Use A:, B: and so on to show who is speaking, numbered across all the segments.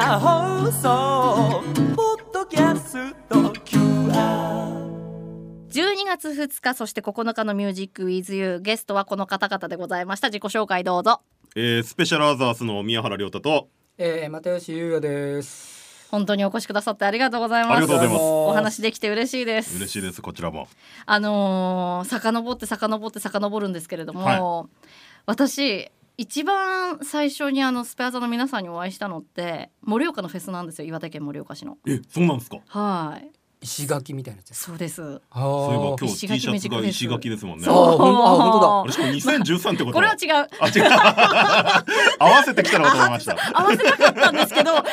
A: 放送ポッドキャスト QR
B: 12月2日そして9日のミュージックウィズユーゲストはこの方々でございました自己紹介どうぞ
C: えー、スペシャルアザースの宮原亮太と
D: えー、又吉優也です。
B: 本当にお越しくださってありがとうございます
C: ありがとうございます
B: お話できて嬉しいです
C: 嬉しいですこちらも
B: あのー、遡って遡って遡るんですけれども、
C: は
B: 私一番最初にあのスペア座の皆さんにお会いしたのって盛岡のフェスなんですよ岩手県盛岡市の
C: えそうなんですか
B: はい
D: 石垣みたいなやつです。
B: そうです
D: あ
C: そういえば今日
B: 石
C: T
B: 垣
C: シャツが石垣ですもんね
D: あーほんとあ本当
C: あれしかも2013ってこと
B: これは違う
C: あ違う 合わせてきたのかと思いました
B: 合わせたかったんですけ どまだ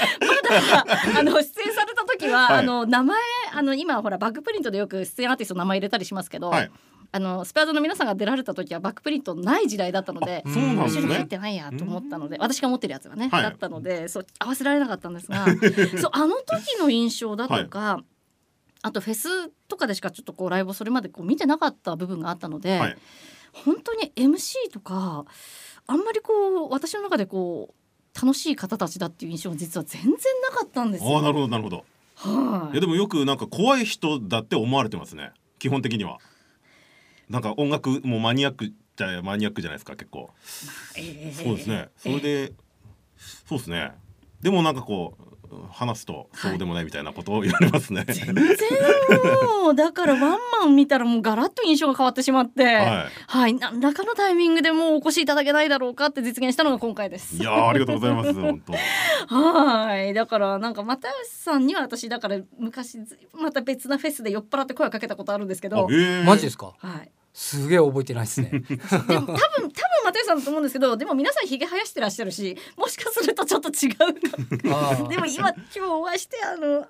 B: あの出演された時は、
C: はい
B: あの名前あの今ほらバックプリントでよく出演アーティストの名前入れたりしますけど、
C: はい
B: あのスペアードの皆さんが出られた時はバックプリントない時代だったので
C: あ。そうなんで
B: 一緒
C: す
B: に入っ
C: ね
B: てないやと思ったので私が持ってるやつがね、
C: はい
B: だったのでそう合わせられなかったんです がそうあの時の印象だとか、あとフェスとかでしかちょっとこうライブをそれまでこう見てなかった部分があったので、
C: はい
B: 本当に MC とかあんまりこう私の中でこう楽しい方たちだっていう印象が実は全然なかったんです
C: ああ
B: よ。
C: なるほどなるほど
B: はい
C: やでもよくなんか怖い人だって思われてますね基本的にはなんか音楽もマニアックじゃマニアックじゃないですか結構
B: えー
C: そうですねそれでそうですねでもなんかこう話すとそうでもないみたいなことを言われますね
B: 全然もうだからワンマン見たらもうガラッと印象が変わってしまって、 はい
C: は
B: 何らかのタイミングでもうお越しいただけないだろうかって実現したのが今回です
C: い、い。やーありがとうございます本当
B: はいだからなんか又吉さんには私だから昔ずまた別なフェスで酔っ払って声をかけたことあるんですけど、
C: えー
D: マジですか。
B: はい、
D: すげえ覚えてないですね。
B: でも多分多分又吉さんだと思うんですけどでも皆さんひげ生やしてらっしゃるしもしかするとちょっと違 う
D: あ
B: な でも今今日お会いしてあのあ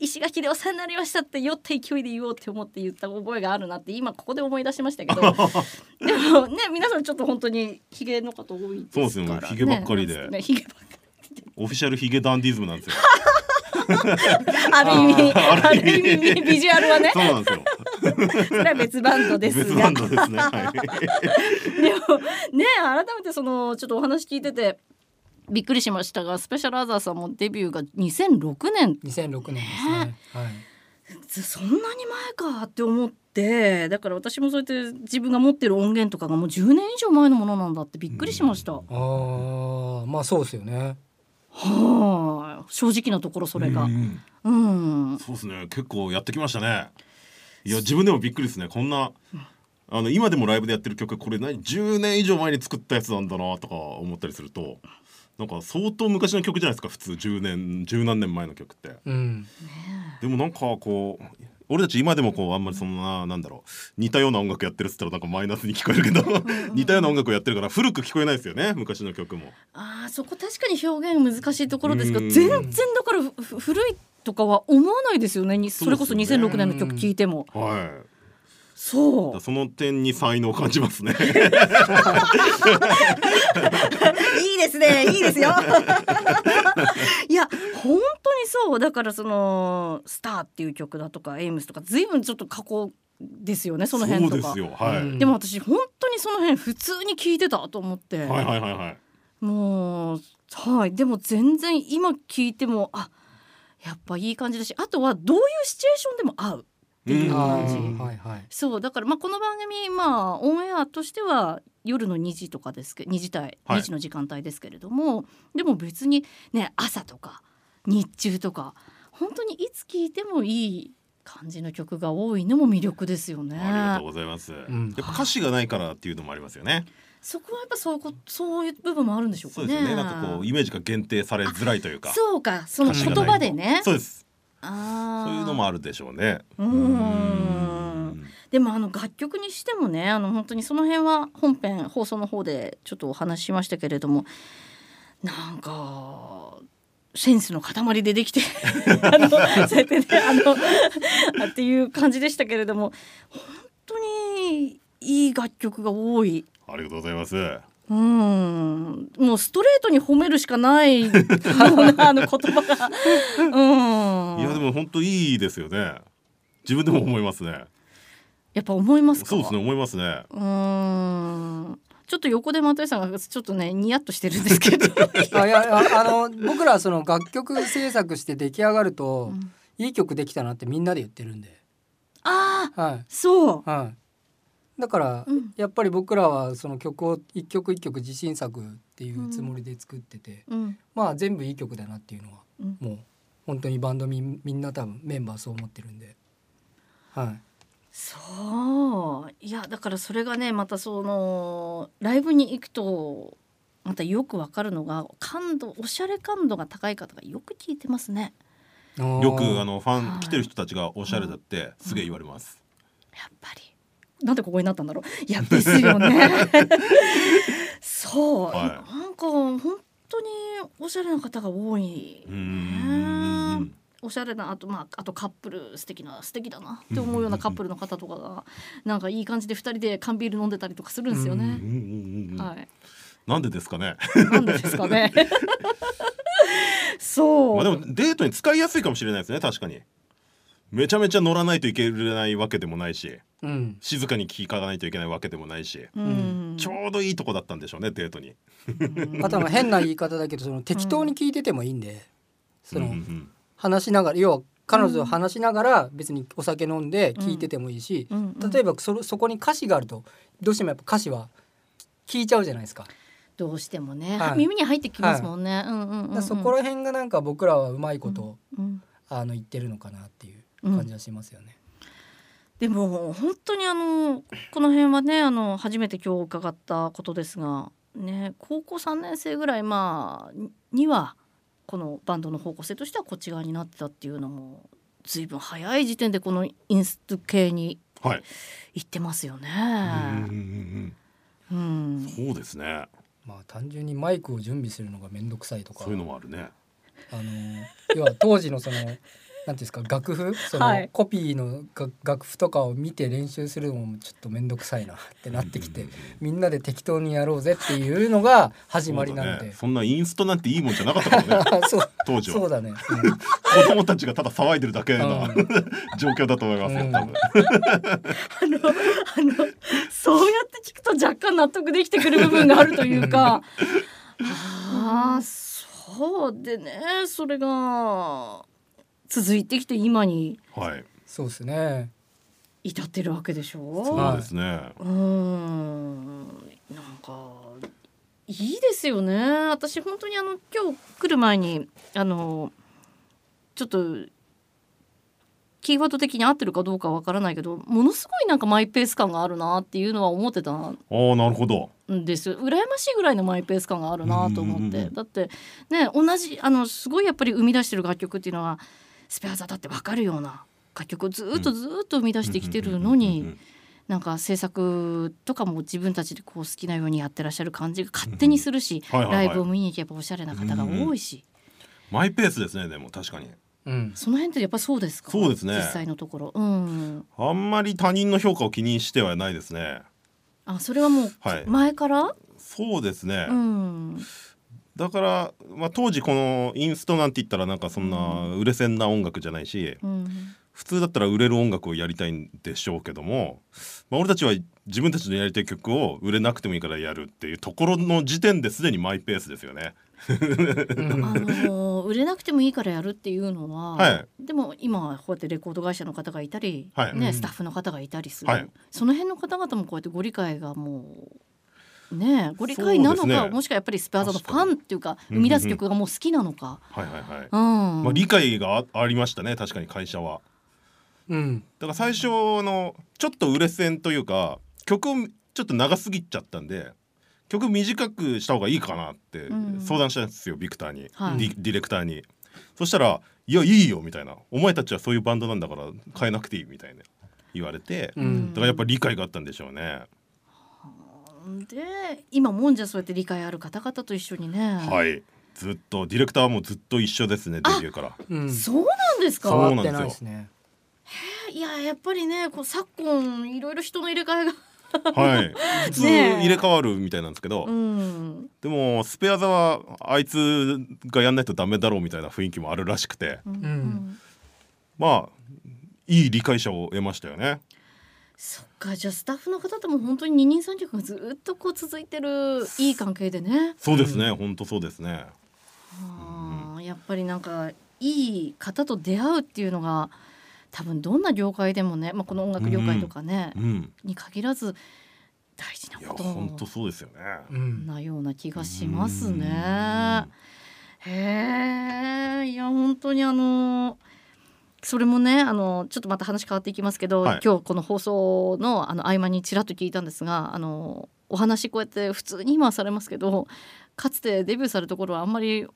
B: 石垣でお世話になりましたって酔った勢いで言おうって思って言った覚えがあるなって今ここで思い出しました けどでもね皆さんちょっと本当にひげの方多いですから、ね、
C: そうですよねひげばっかりで
B: ねひげばっかり
C: オフィシャルヒゲダンディズムなん ですよ
B: ある意味
C: あー
B: ある意味ビジュアルはね
C: そうなんですよ
B: それは別バンドです
C: 別バ
B: が
C: ンドですねはい
B: でもね改めてそのちょっとお話聞いててびっくりしましたがスペシャルアザーさんもデビューが2006年
D: 2006年ですね。はい。
B: そんなに前かって思ってだから私もそうやって自分が持ってる音源とかがもう10年以上前のものなんだってびっくりしました、
D: ああ、まあそうですよね。
B: はあ正直なところそれが
C: うん
B: うん
C: そうですね結構やってきましたねいや自分でもびっくりですねこんなあの今でもライブでやってる曲これ何10年以上前に作ったやつなんだなとか思ったりするとなんか相当昔の曲じゃないですか普通10年十何年前の曲って
D: うん。
C: でもなんかこう俺たち今でもこうあんまりそんななんだろう似たような音楽やってるっつったらなんかマイナスに聞こえるけど似たような音楽をやってるから古く聞こえないですよね昔の曲も
B: あーそこ確かに表現難しいところですが
C: うん
B: 全然だからふふ古いとかは思わないですよねにそれこそ
C: そうですよね
B: 2006年の曲聴いても
C: はい
B: そう
C: その点に才能を感じますね
B: いいですね、いいですよ。 いや、本当にそう、だからそのスターっていう曲だとか、エイムスとか、ずいぶんちょっと過去ですよね、 その辺と
C: そ
B: か
C: うです。よはい、
D: うん
B: でも私本当にその辺普通に聞いてたと思って、
C: はいはいはいはい
B: もうはいでも全然今聞いてもあやっぱいい感じだしあとはどういうシチュエーションでも合うっていう
D: あ
B: 感じ、
D: ーはいはい。
B: そうだからまあこの番組まあオンエアとしては夜の2時とかですけど2時帯
C: はい
B: 2時の時間帯ですけれども、でも別にね朝とか日中とか本当にいつ聴いてもいい感じの曲が多いのも魅力ですよね。
C: ありがとうございます、
D: ん
C: やっぱ歌詞がないからっていうのもありますよね
B: そこはやっぱそういうこそういう部分もあるんでしょうか
C: そう
B: ね。
C: ですよねなんかこうイメージが限定されづらいというか
B: そうかその
C: 歌詞
B: 言
C: がない
B: 葉でね。
C: そうです
B: あ
C: そ
B: ー
C: ういうのもあるでしょうね
B: うーんでもあの楽曲にしてもねあの本当にその辺は本編放送の方でちょっとお話ししましたけれどもなんかセンスの塊でできて あのそうやってねあの あっていう感じでしたけれども本当にいい楽曲が多い。
C: ありがとうございます
B: うんもうストレートに褒めるしかないようなあの言葉が。うん
C: いやでも本当いいですよね。自分でも思いますね。
B: やっぱ思いますか
C: そうですね思いますね。
B: うーんちょっと横で又吉さんがちょっとねニヤッとしてるんですけど
D: あいやああの僕らはその楽曲制作して出来上がると、
B: うん
D: いい曲できたなってみんなで言ってるんで、
B: ああ
D: は
B: そ
D: い
B: う
D: はい、だから、
B: うん
D: やっぱり僕らはその曲を一曲一曲自信作っていうつもりで作ってて、
B: うん
D: まあ全部いい曲だなっていうのは
B: うん
D: もう本当にバンドみみんな多分メンバーそう思ってるんで、はい、
B: そういやだからそれがねまたそのライブに行くとまたよくわかるのが感度おしゃれ感度が高い方がよく聞いてますね
C: よくあ
D: の
C: のファ
B: は
C: ン
B: い
C: 来てる人たちがおしゃれだってすげえ言われます。
B: やっぱりなんでここになったんだろういやですよねそう、
C: はい
B: なんか本当におしゃれな方が多い、
C: うーん
B: おしゃれなあと,、まあ、あとカップル素敵な素敵だなって思うようなカップルの方とかがなんかいい感じで2人で缶ビール飲んでたりとかするんですよ
C: うんう
B: ね。
C: んうんうん
B: はい、
C: なんでですかね。
B: なんでですか ねそう、
C: まあでもデートに使いやすいかもしれないですね確かに。めちゃめちゃ乗らないといけないわけでもないし
D: うん
C: 静かに聞かないといけないわけでもないし、
B: うん、
C: ちょうどいいとこだったんでしょうねデートに。
D: あとはまあ変な言い方だけどその適当に聞いててもいいんで、その、
C: うんうん
D: 話しながら要は彼女と話しながら別にお酒飲んで聞いててもいいし、
B: うんうん
D: 例えばそそこに歌詞があるとどうしてもやっぱ歌詞は聞いちゃうじゃないですか,、
B: どうしてもね、
D: はい
B: 耳に入ってきますもんね、うんうんう
D: だ
B: んう
D: から
B: ん、
D: そこら辺がなんか僕らはうまいこと、
B: うん
D: あの言ってるのかなっていう感じはしますよね。
B: でも本当にあのこの辺はねあの初めて今日伺ったことですが、ね、高校3年生ぐらい、まあ、ににはこのバンドの方向性としてはこっち側になってたっていうのも随分早い時点でこのインスト系に
C: はい。
B: 行ってますよ
C: うんうん
B: ね。
C: う
B: うん
C: んうんそうですね。
D: まあ単純にマイクを準備するのが面倒くさいとか
C: そういうのもあるね。
D: あの要は当時のそのなんていうんですか楽譜その、
B: はい
D: コピーのが楽譜とかを見て練習するのもちょっと面倒くさいなってなってきて、
C: うんうん
D: みんなで適当にやろうぜっていうのが始まりなの
C: そうだ
D: で
C: ね。そんなインストなんていいもんじゃなかったからね
D: そう
C: 当時 は
D: そうだね、
C: 子供たちがただ騒いでるだけな、
D: うん
C: 状況だと思いますよ、
D: うん
C: 多分。
B: あのあのそうやって聞くと若干納得できてくる部分があるという かああそうでねそれが続いてきて今に
C: はい。
D: そうですね
B: 至ってるわけでしょ
C: そうですね。
B: ううーんなんかいいですよね私本当にあの今日来る前にあのちょっとキーワード的に合ってるかどうかわからないけどものすごいなんかマイペース感があるなっていうのは思ってた
C: ああ、なるほど。
B: んですよ羨ましいぐらいのマイペース感があるなと思っ
C: うんうん
B: て
C: うん
B: だってね同じあのすごいやっぱり生み出してる楽曲っていうのはスペア座だって分かるような楽曲をずっとずっと生み出してきてるの
C: うんうんう
B: に
C: ん
B: なんか制作とかも自分たちでこう好きなようにやってらっしゃる感じが勝手にするし
C: うんはいはい
B: ライ
C: はい
B: ブを見に行けばおしゃれな方が多いし
C: マイペースですね、でも確かに。
D: うん
B: その辺ってやっぱそうですか
C: そうですね
B: 実際のところ。うん
C: あんまり他人の評価を気にしてはないですね。
B: あそれはもう
C: はい
B: 前から、
C: そうですね。
B: うん
C: だから、まあ、当時このインストなんて言ったらなんかそんな売れ線な音楽じゃないし、
B: うん
C: 普通だったら売れる音楽をやりたいんでしょうけども、まあ、俺たちは自分たちのやりたい曲を売れなくてもいいからやるっていうところの時点ですでにマイペースですよね。
B: あ のー売れなくてもいいからやるっていうのは、
C: はい
B: でも今こうやってレコード会社の方がいたり、
C: はい
B: ね
D: うん
B: スタッフの方がいたりする、
C: はい
B: その辺の方々もこうやってご理解がもうねえご理解なの
C: そ
B: か、
C: うですね
B: もしくはやっぱりスペアザのフ
C: 確かに
B: ァンっていうか生み出す曲がもう好きなのか。
C: はいはいはい。
B: うん
C: まあ、理解があありましたね確かに会社は。
D: うん
C: だから最初のちょっと売れ線というか曲をちょっと長すぎちゃったんで曲短くした方がいいかなって
B: ん
C: 相談したんですよ、ビクターに、
B: はい
C: ディディレクターに。そしたら「いやいいよ」みたいな「お前たちはそういうバンドなんだから変えなくていい」みたいな言われて、
D: う
C: だ
D: ん
C: からやっぱ理解があったんでしょうね。
B: で今もんじゃそうやって理解ある方々と一緒にね、
C: はいずっとディレクターはもうずっと一緒ですねデビューから。
D: うん
B: そうなんです
C: そう
B: か
D: 変わってないですね
B: いややっぱりねこう昨今いろいろ人の入れ替えが、
C: はい、普通
B: ねえ
C: 入れ替わるみたいなんですけど、
B: うん、
C: でもスペア座はあいつがやんないとダメだろうみたいな雰囲気もあるらしくて、
D: うん
C: まあいい理解者を得ましたよね。
B: そっかじゃあスタッフの方とも本当に二人三脚がずっとこう続いてるいい関係でね。
C: そうですね、本当そうですね。
B: あーやっぱりなんかいい方と出会うっていうのが多分どんな業界でもね、まあ、この音楽業界とかね、
C: うん。
B: に限らず大事ない
C: や、
B: こと
C: 本当そうですよね。
D: うん、
B: なような気がしますね。へえいや本当にあのそれもねあのちょっとまた話変わっていきますけど、
C: はい
B: 今日この放送のあの合間にちらっと聞いたんですがあのお話こうやって普通に今はされますけどかつてデビューされた頃はあんまり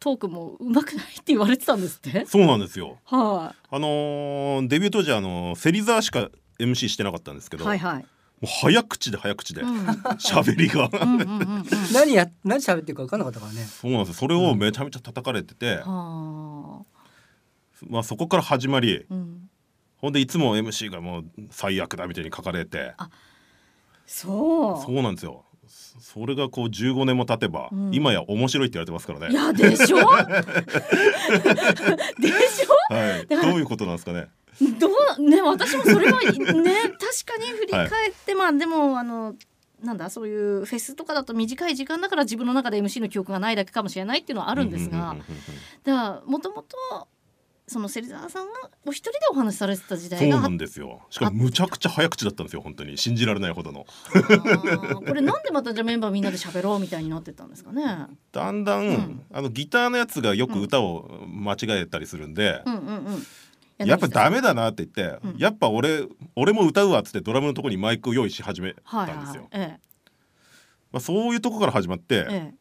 B: トークもうまくないって言われてたんですって
C: そうなんですよ。
B: は
C: あのーデビュー当時あのー芹沢しか MC してなかったんですけ
B: い
C: ど、
B: はいはい。
C: もう早口で早口で
B: うんうん
C: 喋、りが。
B: うんうんうん
D: 何や何喋ってるか分かんなかったからね
C: そうなんですよそれをめちゃめちゃ叩かれてて、
B: は
C: まあそこから始まり
B: あ、うん、
C: ほんでいつも MC がもう最悪だみたいに書かれて、
B: そう
C: そうなんですよ。そそれがこう15年も経てば、
B: うん
C: 今や面白いって言われてますから
B: い
C: ね。
B: やでしょでしょ
C: はい。ど
B: だから
C: ういうことなんですかね。
B: どうね私もそれはね確かに振り返って、まあでもあのなんだそういうフェスとかだと短い時間だから自分の中で MC の記憶がないだけかもしれないっていうのはあ
C: あ
B: るんですが、だからもともとその芹沢さんがお一人でお話しされてた時
C: そう
B: 代があっ
C: なんですよ。しかもむちゃくちゃ早口だったんですよ本当に信じられないほどの。
B: たこれなんでまたじゃあメンバーみんなで喋ろうみたいになってったんですかね。
C: だんだん、
B: ん
C: あのギターのやつがよく歌を間違えたりするんで、
B: うんうんうん。
C: やっぱダ
B: メ
C: メだなって言って、
B: うん
C: やっぱ俺俺も歌うわっつってドラムのとこにマイクを用意し始めた
B: はい
C: んですよ。
B: はい。え
C: まあ、そういうとこから始まって、
B: ええ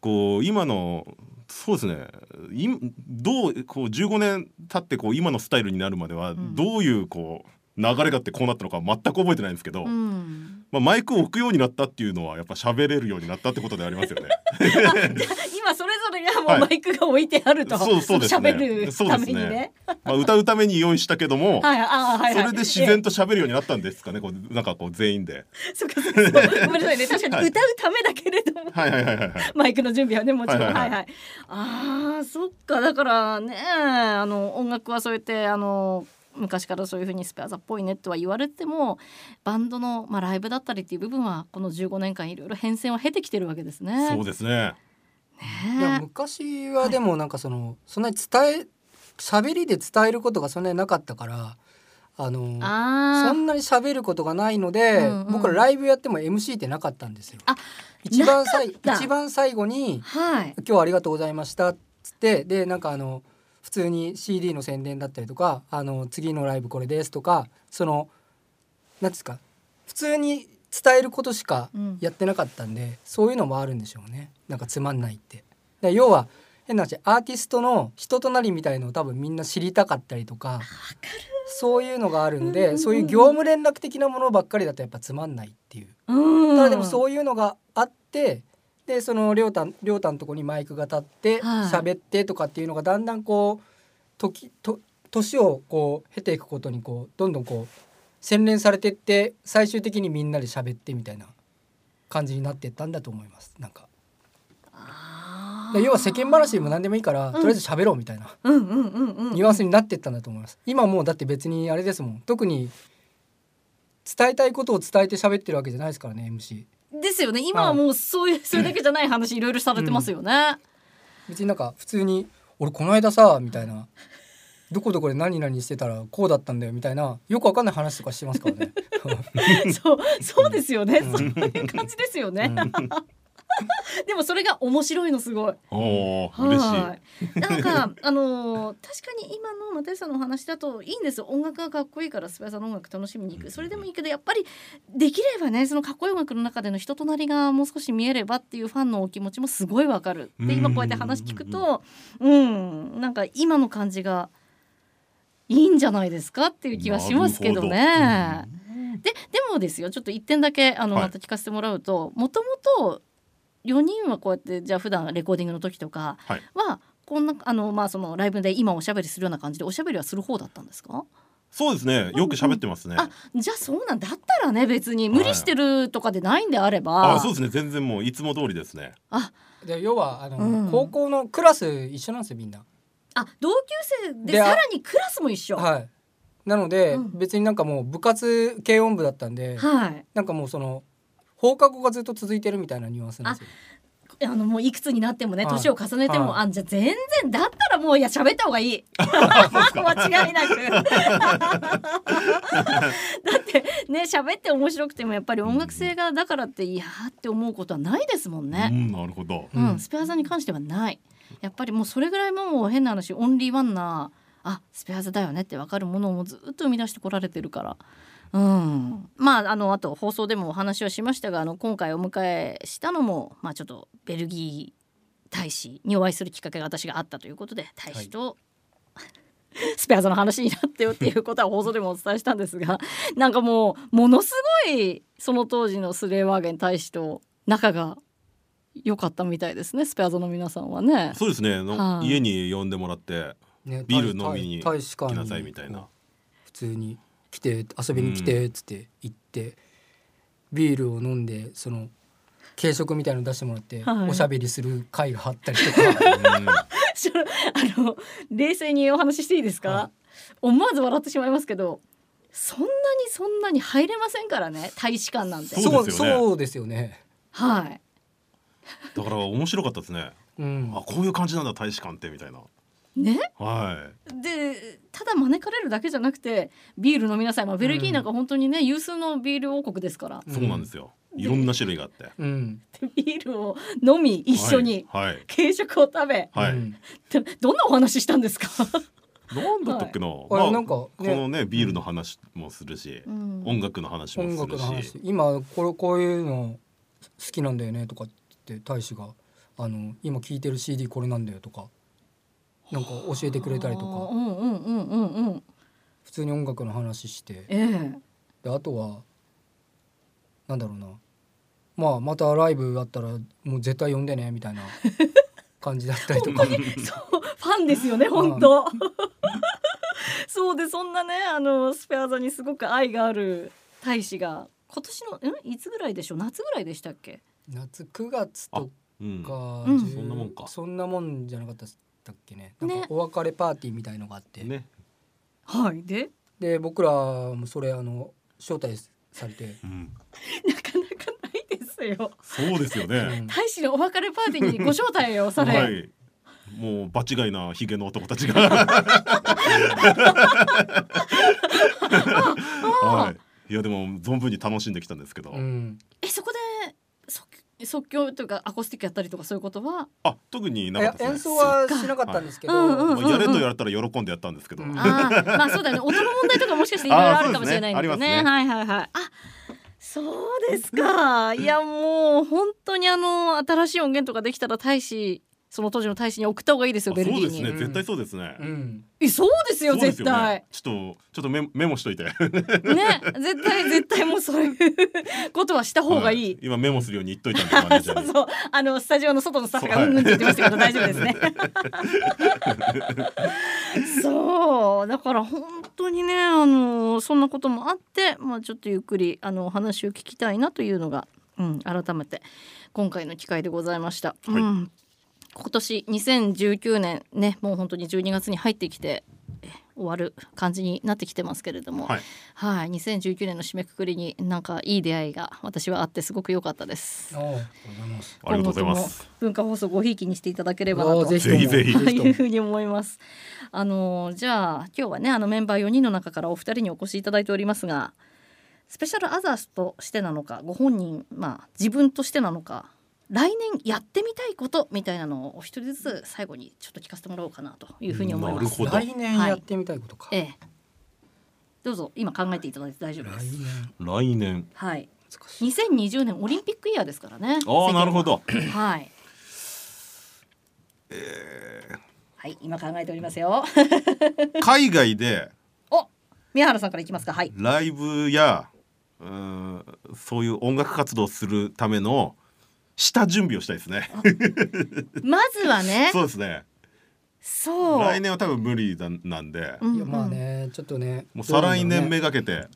C: こう今のそうですね今どうこう15年経ってこう今のスタイルになるまでは、
B: ん
C: どういうこう流れがあってこうなったのか全く覚えてないんですけど、
B: え。 うん。
C: まあ、マイクを置くようになったっていうのはやっぱ喋れるようになったってことであります よね。
B: 今それぞれが
C: は
B: も
C: いう
B: マイクが置いてあると、
C: そうそうですね
B: 喋る
C: そう
B: た
C: ですね
B: めにね。
C: まあ、歌うために用意したけども、
B: はい、ああはい、はい。
C: それで 自然と喋るようになったんですかね、こうなんかこう全員で。
B: ええ。そうか、そうかそうごめんなさいね、確か
C: は
B: に
C: い
B: 歌うためだけれども。
C: はいはいはいはいはい。
B: マイクの準備はねもちろん、はい
C: は
B: い
C: は
B: はいい
C: はい
B: あーそっかだからねあの音楽はそうやってあの昔からそういうふうにスペアザっぽいねとは言われてもバンドの、まあ、ライブだったりっていう部分はこの15年間いろいろ変遷を経てきてるわけですね。
C: そうですね。
D: いや昔はでもなんかそのそんなに伝え喋りで伝えることがそんなになかったからあの
B: あ
D: そ
B: ー
D: んなに喋ることがないので、
B: うんうん
D: 僕らライブやっても MC ってなかったんですよ。
B: あ
D: 一番最
B: た
D: 一番最後に
B: はい
D: 「今日はありがとうございました」っつってでなんかあの普通に CD の宣伝だったりとか「あの次のライブこれです」とかその何ですか普通に伝えることしか
B: うん
D: やってなかったんで、そういうのもあるんでしょうねなんかつまんないって。で要は変な話アーティストの人となりみたいのを多分みんな知りたかったりとかそういうのがあるんで、そういう業務連絡的なものばっかりだとやっぱつまんないっていう。
B: うん
D: ただでもそういうのがあってでその亮太亮太のとこにマイクが立って
B: はい
D: 喋ってとかっていうのがだんだんこう時と年をこう経ていくことにこうどんどんこう洗練されてって最終的にみんなで喋ってみたいな感じになってったんだと思いますなんか
B: あー
D: で要は世間話でも何でもいいから、とりあえず喋ろうみたいな
B: うんうんうんうん
D: ニュアンスになってったんだと思います今もうだって別にあれですもん特に伝えたいことを伝えて喋ってるわけじゃないですからね MC
B: ですよね今はもうそう いうそれだけじゃない話いろいろされてますよね。
D: 別になんか普通に「俺この間さ」みたいな「どこどこで何々してたらこうだったんだよ」みたいなよくわかんない話とかしてますからね。
B: そうそうですよね、そういう感じですよね。でもそれが面白いのすごい。
C: おお、嬉しい。
B: い。なんかあのー確かに今の又吉さんのお話だといいんですよ音楽がかっこいいからスパイさんの音楽楽しみに行くそれでもいいけどやっぱりできればねそのかっこいい音楽の中での人となりがもう少し見えればっていうファンのお気持ちもすごいわかる。で今こうやって話聞くとうんなんか今の感じがいいんじゃないですかっていう気はしますけど
C: なる
B: ね。ででもですよちょっと一点だけあの
C: はい
B: また聞かせてもらうともともと4人はこうやってじゃあ普段レコーディングの時とか
C: はい
B: はこんなあのまあそのライブで今おしゃべりするような感じでおしゃべりはする方だったんですか、
C: そうですね。よく喋ってますね。
B: あじゃあそうなんだったらね別に無理してるとかでないんであれば、
C: あ、そうですね。全然もういつも通りですね。
D: で要はあの、
B: うん
D: 高校のクラス一緒なんですよみんな。
B: あ同級生で
D: であ
B: さらにクラスも一緒
D: はい、なので、
B: うん
D: 別になんかもう部活軽音部だったんで、
B: はい
D: なんかもうその放課後がずっと続いてるみたいなニュアンスなんですよ。
B: あのもういくつになってもね
D: はい
B: 年を重ねても、
D: は
B: あじゃあ全然だったらもういや喋った方 がいい 間違いなくだってね喋って面白くてもやっぱり音楽性がだからっていやーって思うことはないですもん
C: う
B: ね、
C: んなるほど
B: うんスペア座に関してはないやっぱりもうそれぐらいもう変な話オンリーワンなあスペア座だよねって分かるものをずっと生み出してこられてるからうん、まああのあと放送でもお話をしましたがあの今回お迎えしたのも、まあ、ちょっとベルギー大使にお会いするきっかけが私があったということで大使と、 スペア座の話になったよっていうことは放送でもお伝えしたんですがなんかもうものすごいその当時のスレーワーゲン大使と仲が良かったみたいですねスペア座の皆さんはね。
C: そうですねの
B: はい
C: 家に呼んでもらって
D: ね
C: ビール飲みに
D: 大使
C: 来
D: 館
C: なさいみたいな
D: 普通に来て遊びに来てっつって行って、ビールを飲んでその軽食みたいの出してもらって、
B: はい
D: おしゃべりする会があったりとか
B: ちょあの冷静にお話ししていいですか、
D: は
B: 思わず笑ってしまいますけどそんなにそんなに入れませんからね大使館なんて
C: そ
D: そう
C: うですよね
D: そうですよね。
B: はい
C: だから面白かったですね
D: うん
C: あこういう感じなんだ大使館ってみたいな
B: ね
C: は
B: でただ招かれるだけじゃなくてビール飲みなさい、まあ、ベルギーなんか本当にね、有数のビール王国ですから
C: いそうなんですよいろんな種類があって
D: うん、
B: でビールを飲み一緒に
C: はいはい
B: 軽食を食べ
C: はい
D: うん
B: で どんなお話ししたんですか、
C: なんだったっけな、
D: あれなんかね
C: このねビールの話もするし、
B: うん
C: 音楽の話も
D: 音
C: す
D: 楽
C: る
D: の
C: し
D: 話今これこういうの好きなんだよねとかって大使があの今聴いてる CD これなんだよとかなんか教えてくれたりと
B: あー
D: か
B: うんうんうんうんうん
D: 普通に音楽の話して
B: ええ
D: であとはなんだろうなまあまたライブあったらもう絶対呼んでねみ たいな感じだったりとか
B: そうファンですよね本当。 そうでそんなねあのスペア座にすごく愛がある大使が今年のんいつぐらいでしょう夏ぐらいでしたっけ
D: 夏9月と
C: うん、
D: か、
B: うん
D: 10
C: そんなもんか
D: そんなもんじゃなかったっけねなん
B: ね
D: かお別れパーティーみたいのがあって、
C: ね、
B: はいで
D: で僕らもそれあの招待されて。
C: うん、
B: なかなかないですよ
C: そうですよね、
B: 大使のお別れパーティーにご招待をされ、
C: はいもう場違いなヒゲの男たちがはいいやでも存分に楽しんできたんですけど、
D: うん、
B: えそこで即即興というかアコースティックやったりとかそういうことは
C: あ特になかった
D: え
C: ですね
D: 演奏はしなかったんですけど、
B: そっかうんうん
C: まあやれと言われたら喜んでやったんですけど、
D: うん
B: あーまあそうだよね音の問題とかもしかしていろいろあるかもしれないんだけどね
C: あーそうですね
B: はいはいはいあそうですかいやもう本当にあの新しい音源とかできたら大使その当時の大使に送った方がいいですよ
C: あそ
B: ベ
C: う
B: ルギー
C: です
B: に
C: ね
D: うん
C: 絶対そうですね、
D: うん
B: えそうですよ
C: そうです
B: 絶
C: よ
B: 対
C: ね、ちょっとちょっとメモメモしといて
B: ね絶対絶対もうそういう ことはした方がいい、
C: は今メモするように言っといたんでマネージ ャ
B: そ
C: ー
B: う
C: に
B: そうあのスタジオの外のスタッフが
C: そう
B: うんうんって言ってました けど大丈夫ですね。 そうだから本当にねあのそんなこともあって、まあ、ちょっとゆっくりあのお話を聞きたいなというのが、うん、改めて今回の機会でございました。
C: はい
B: うん今年2019年ねもう本当に12月に入ってきてえ終わる感じになってきてますけれども、
C: はい
B: はい、2019年の締めくくりになんかいい出会いが私はあってすごく良かったです。
D: あありがとうございます。
C: ありがとうございます。
B: 文化放送ごひいきにしていただければな
D: あ
B: と。
D: あぜひ
C: ぜひぜひ
D: とも
B: はいいうふうに思います。あのじゃあ今日はねあのメンバー4人の中からお二人にお越しいただいておりますが、スペシャルアザースとしてなのかご本人まあ自分としてなのか来年やってみたいことみたいなのをお一人ずつ最後にちょっと聞かせてもらおうかなと いうふうに思います。
C: なるほど
D: 来年やってみたいことか。
B: ええ。どうぞ今考えていただいて大丈夫で
D: 来
B: す。
D: 年
C: 来年
B: はい。
D: 難しい。
B: 2020年オリンピックイヤーですからね。
C: ああなるほど
B: はい。はい、今考えておりますよ。
C: 海外で
B: お、宮原さんからいきますか。はい。
C: ライブやうーんそういう音楽活動をするための下準備をしたいですね。。
B: まずはね
C: そうですね。
B: そう。
C: 来年は多分無理だなんで、
B: うんうん
D: いやまあ。ねちょっとね。
C: もう再来年
D: どうなんだろ
C: めがけて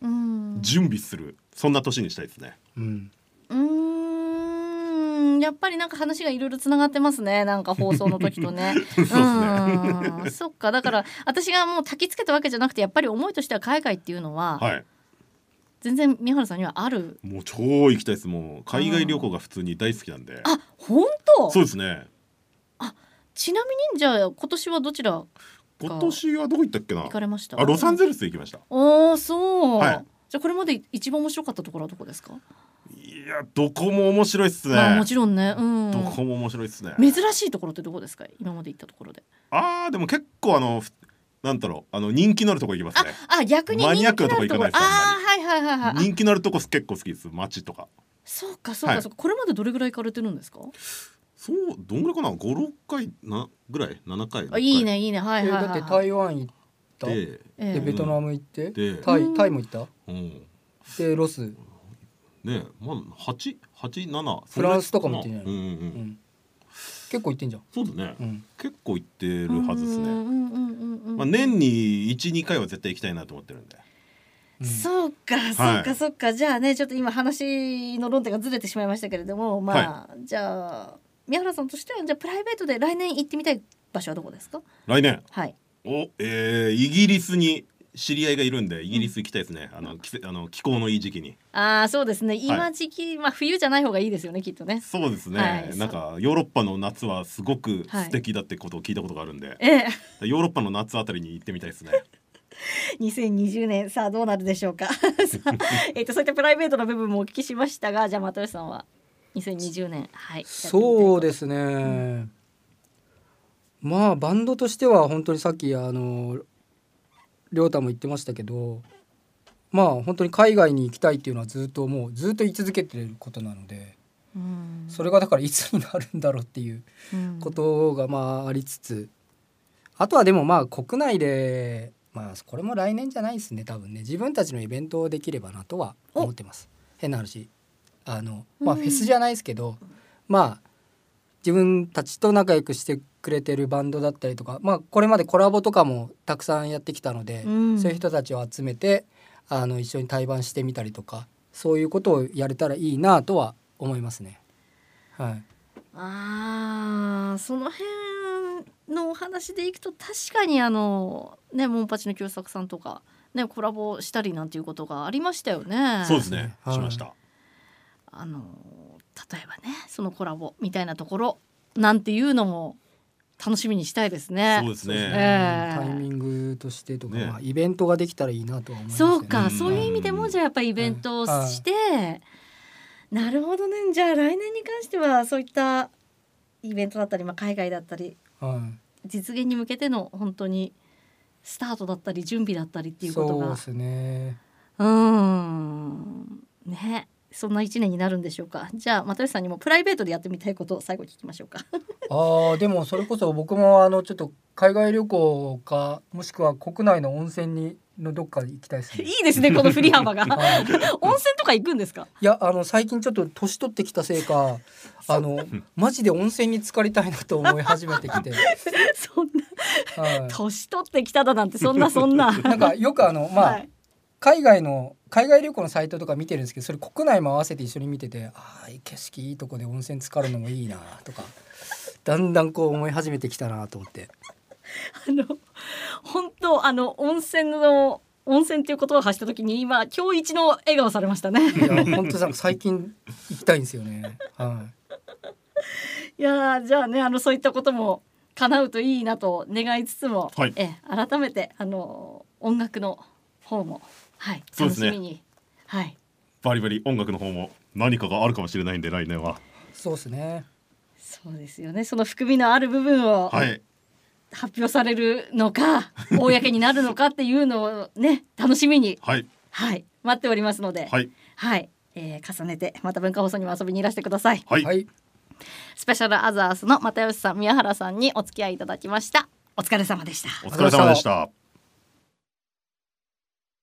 B: うん。う
C: 準備するそんな年にしたいですね。
D: うね。うん。
B: ーん。うん、やっぱりなんか話がいろいろつながってますね。なんか放送の時とね。
C: そうですね
B: ん、そっか、だから、私がもう焚きつけたわけじゃなくて、やっぱり思いとしては海外っていうのは。
C: はい
B: 全然宮原さんにはある。
C: もう超行きたいですもう海外旅行が普通に大好きなんで
B: あ、本当
C: そう。ですね
B: ちなみに、じゃあ、今年はどちら
C: 今年はどこ行ったっけな
B: 行かれました。
C: あロサンゼルス行きました
B: おお、そう。
C: はい
B: じゃあ、これまで一番面白かったところはどこですか。
C: いやどこも面白いっすね、
B: まあ、もちろんね。うん。
C: どこも面白いっすね
B: 珍しいところってどこですか。今まで行ったところで。
C: あーでも結構あのふなんだろうあの人気のあるとこ行きますね
B: あ、逆に人気のあるところ。
C: マニアックなとこ行かないで
B: あ
C: す
B: あ、はいはいはいはい。
C: 人気のあるとこ結構好きです街とか
B: そうかそうか、
C: はい
B: そうかこれまでどれぐらい行かれてるんですか。
C: そうどんぐらいかな56回なぐらい7回
B: あいいねいいねはい
D: え
B: はい
D: だ
B: は
D: っ
B: い
D: て。台湾行ったで
C: で、
B: ええ
D: ベトナム行って
C: で
D: タ
B: う
D: イ
B: ん
D: タイも行った
C: うん、
D: でロス
C: ねまあ887
D: フランスとかも行ってんじゃない
C: うんうんう
D: うんん結構行ってんじゃん
C: そうだね、
D: うん
C: 結構行ってるはずです
B: うん
C: ね、
B: うんうんうんうん
C: まあ、年に12回は絶対行きたいなと思ってるんで
D: うん
B: そうか、そうかそうかじゃあねちょっと今話の論点がずれてしまいましたけれどもまあ、じゃあ宮原さんとしてはじゃあプライベートで来年行ってみたい場所はどこですか
C: 来年
B: はい
C: おえー、イギリスに知り合いがいるんでイギリス行きたいですね、あの季節あの気候のいい時期に
B: ああそうですね今時期、まあ冬じゃない方がいいですよねきっとね
C: そうですね、
B: はい
C: なんかヨーロッパの夏はすごく素敵だってことを聞いたことがあるんで、
B: え え
C: ヨーロッパの夏あたりに行ってみたいですね
B: 2020年さあどうなるでしょうか さあ えっとそういったプライベートの部分もお聞きしましたがじゃあ又吉さんは2020年はい
D: そう
B: す
D: ですね、まあバンドとしては本当にさっきあの亮太も言ってましたけどまあ本当に海外に行きたいっていうのはずっともうずっと言い続けてることなので
B: うん
D: それがだからいつになるんだろうっていう
B: うん
D: ことがまあありつつあとはでもまあ国内でまあこれも来年じゃないですね多分ね自分たちのイベントをできればなとは思ってます変な話あのまあ
B: うん
D: フェスじゃないですけど、まあ自分たちと仲良くしてくれてるバンドだったりとかまあこれまでコラボとかもたくさんやってきたので、
B: うん
D: そういう人たちを集めてあの一緒に対バンしてみたりとかそういうことをやれたらいいなとは思いますね。はい
B: あーその辺のお話でいくと確かにあのねモンパチの清作さんとかねコラボしたりなんていうことがありましたよね。
C: そうですね、
D: はい
C: しました
B: あの例えばねそのコラボみたいなところなんていうのも楽しみにしたいですね。
C: そうですね
B: ええ
D: タイミングとしてとか、
C: ね
D: まあ、イベントができたらいいなとは思いますよね
B: そうか、
C: うん
B: そういう意味でもじゃあやっぱりイベントを
D: はい
B: して、なるほどねじゃあ来年に関してはそういったイベントだったり、まあ、海外だったり
D: は
B: 実現に向けての本当にスタートだったり準備だったりって
D: い、
B: いうこと
D: そう
B: が
D: ですね
B: うーんねそんな一年になるんでしょうかじゃあ又吉さんにもプライベートでやってみたいことを最後聞きましょうか。
D: あーでもそれこそ僕もあのちょっと海外旅行かもしくは国内の温泉にのどっか行きたいです
B: い
D: ね
B: いですねこの振り幅が 温
D: はい
B: 泉とか行くんです か
D: いやあの最近ちょっと年取ってきたせいかあの マジで温泉に浸かりたいなと思い始めてきて、は
B: そんない 年取ってきただなんてそんなそんな。
D: なんかよくあのまあ、
B: はい
D: 海外の海外旅行のサイトとか見てるんですけどそれ国内も合わせて一緒に見ててああ景色いいとこで温泉浸かるのもいいなとかだんだんこう思い始めてきたなと思って
B: あの本当あの温泉の温泉っていう言葉を発した時に今今日一の笑顔されました ね。
D: いや本当なんか最近行きたいんですよね。はい、
B: やーじゃあねあのそういったことも叶うといいなと願いつつも、
C: はい
B: え改めてあの音楽の方もはい
C: そう
B: 楽
C: です
B: し
C: ね
B: みに、はい
C: バリバリ音楽の方も何かがあるかもしれないんで来年はい
D: そうですね。
B: そうですよねその含みのある部分を
C: はい
B: 発表されるのか、公になるのかっていうのをね楽しみに
C: はい
B: はい待っておりますので
C: は
B: はい、
C: い
B: えー重ねてまた文化放送にも遊びにいらしてください。
C: はい、
D: はい、
B: スペシャルアザースの又吉さん宮原さんにお付き合いいただきましたお疲れ様でした
C: お疲れ様でした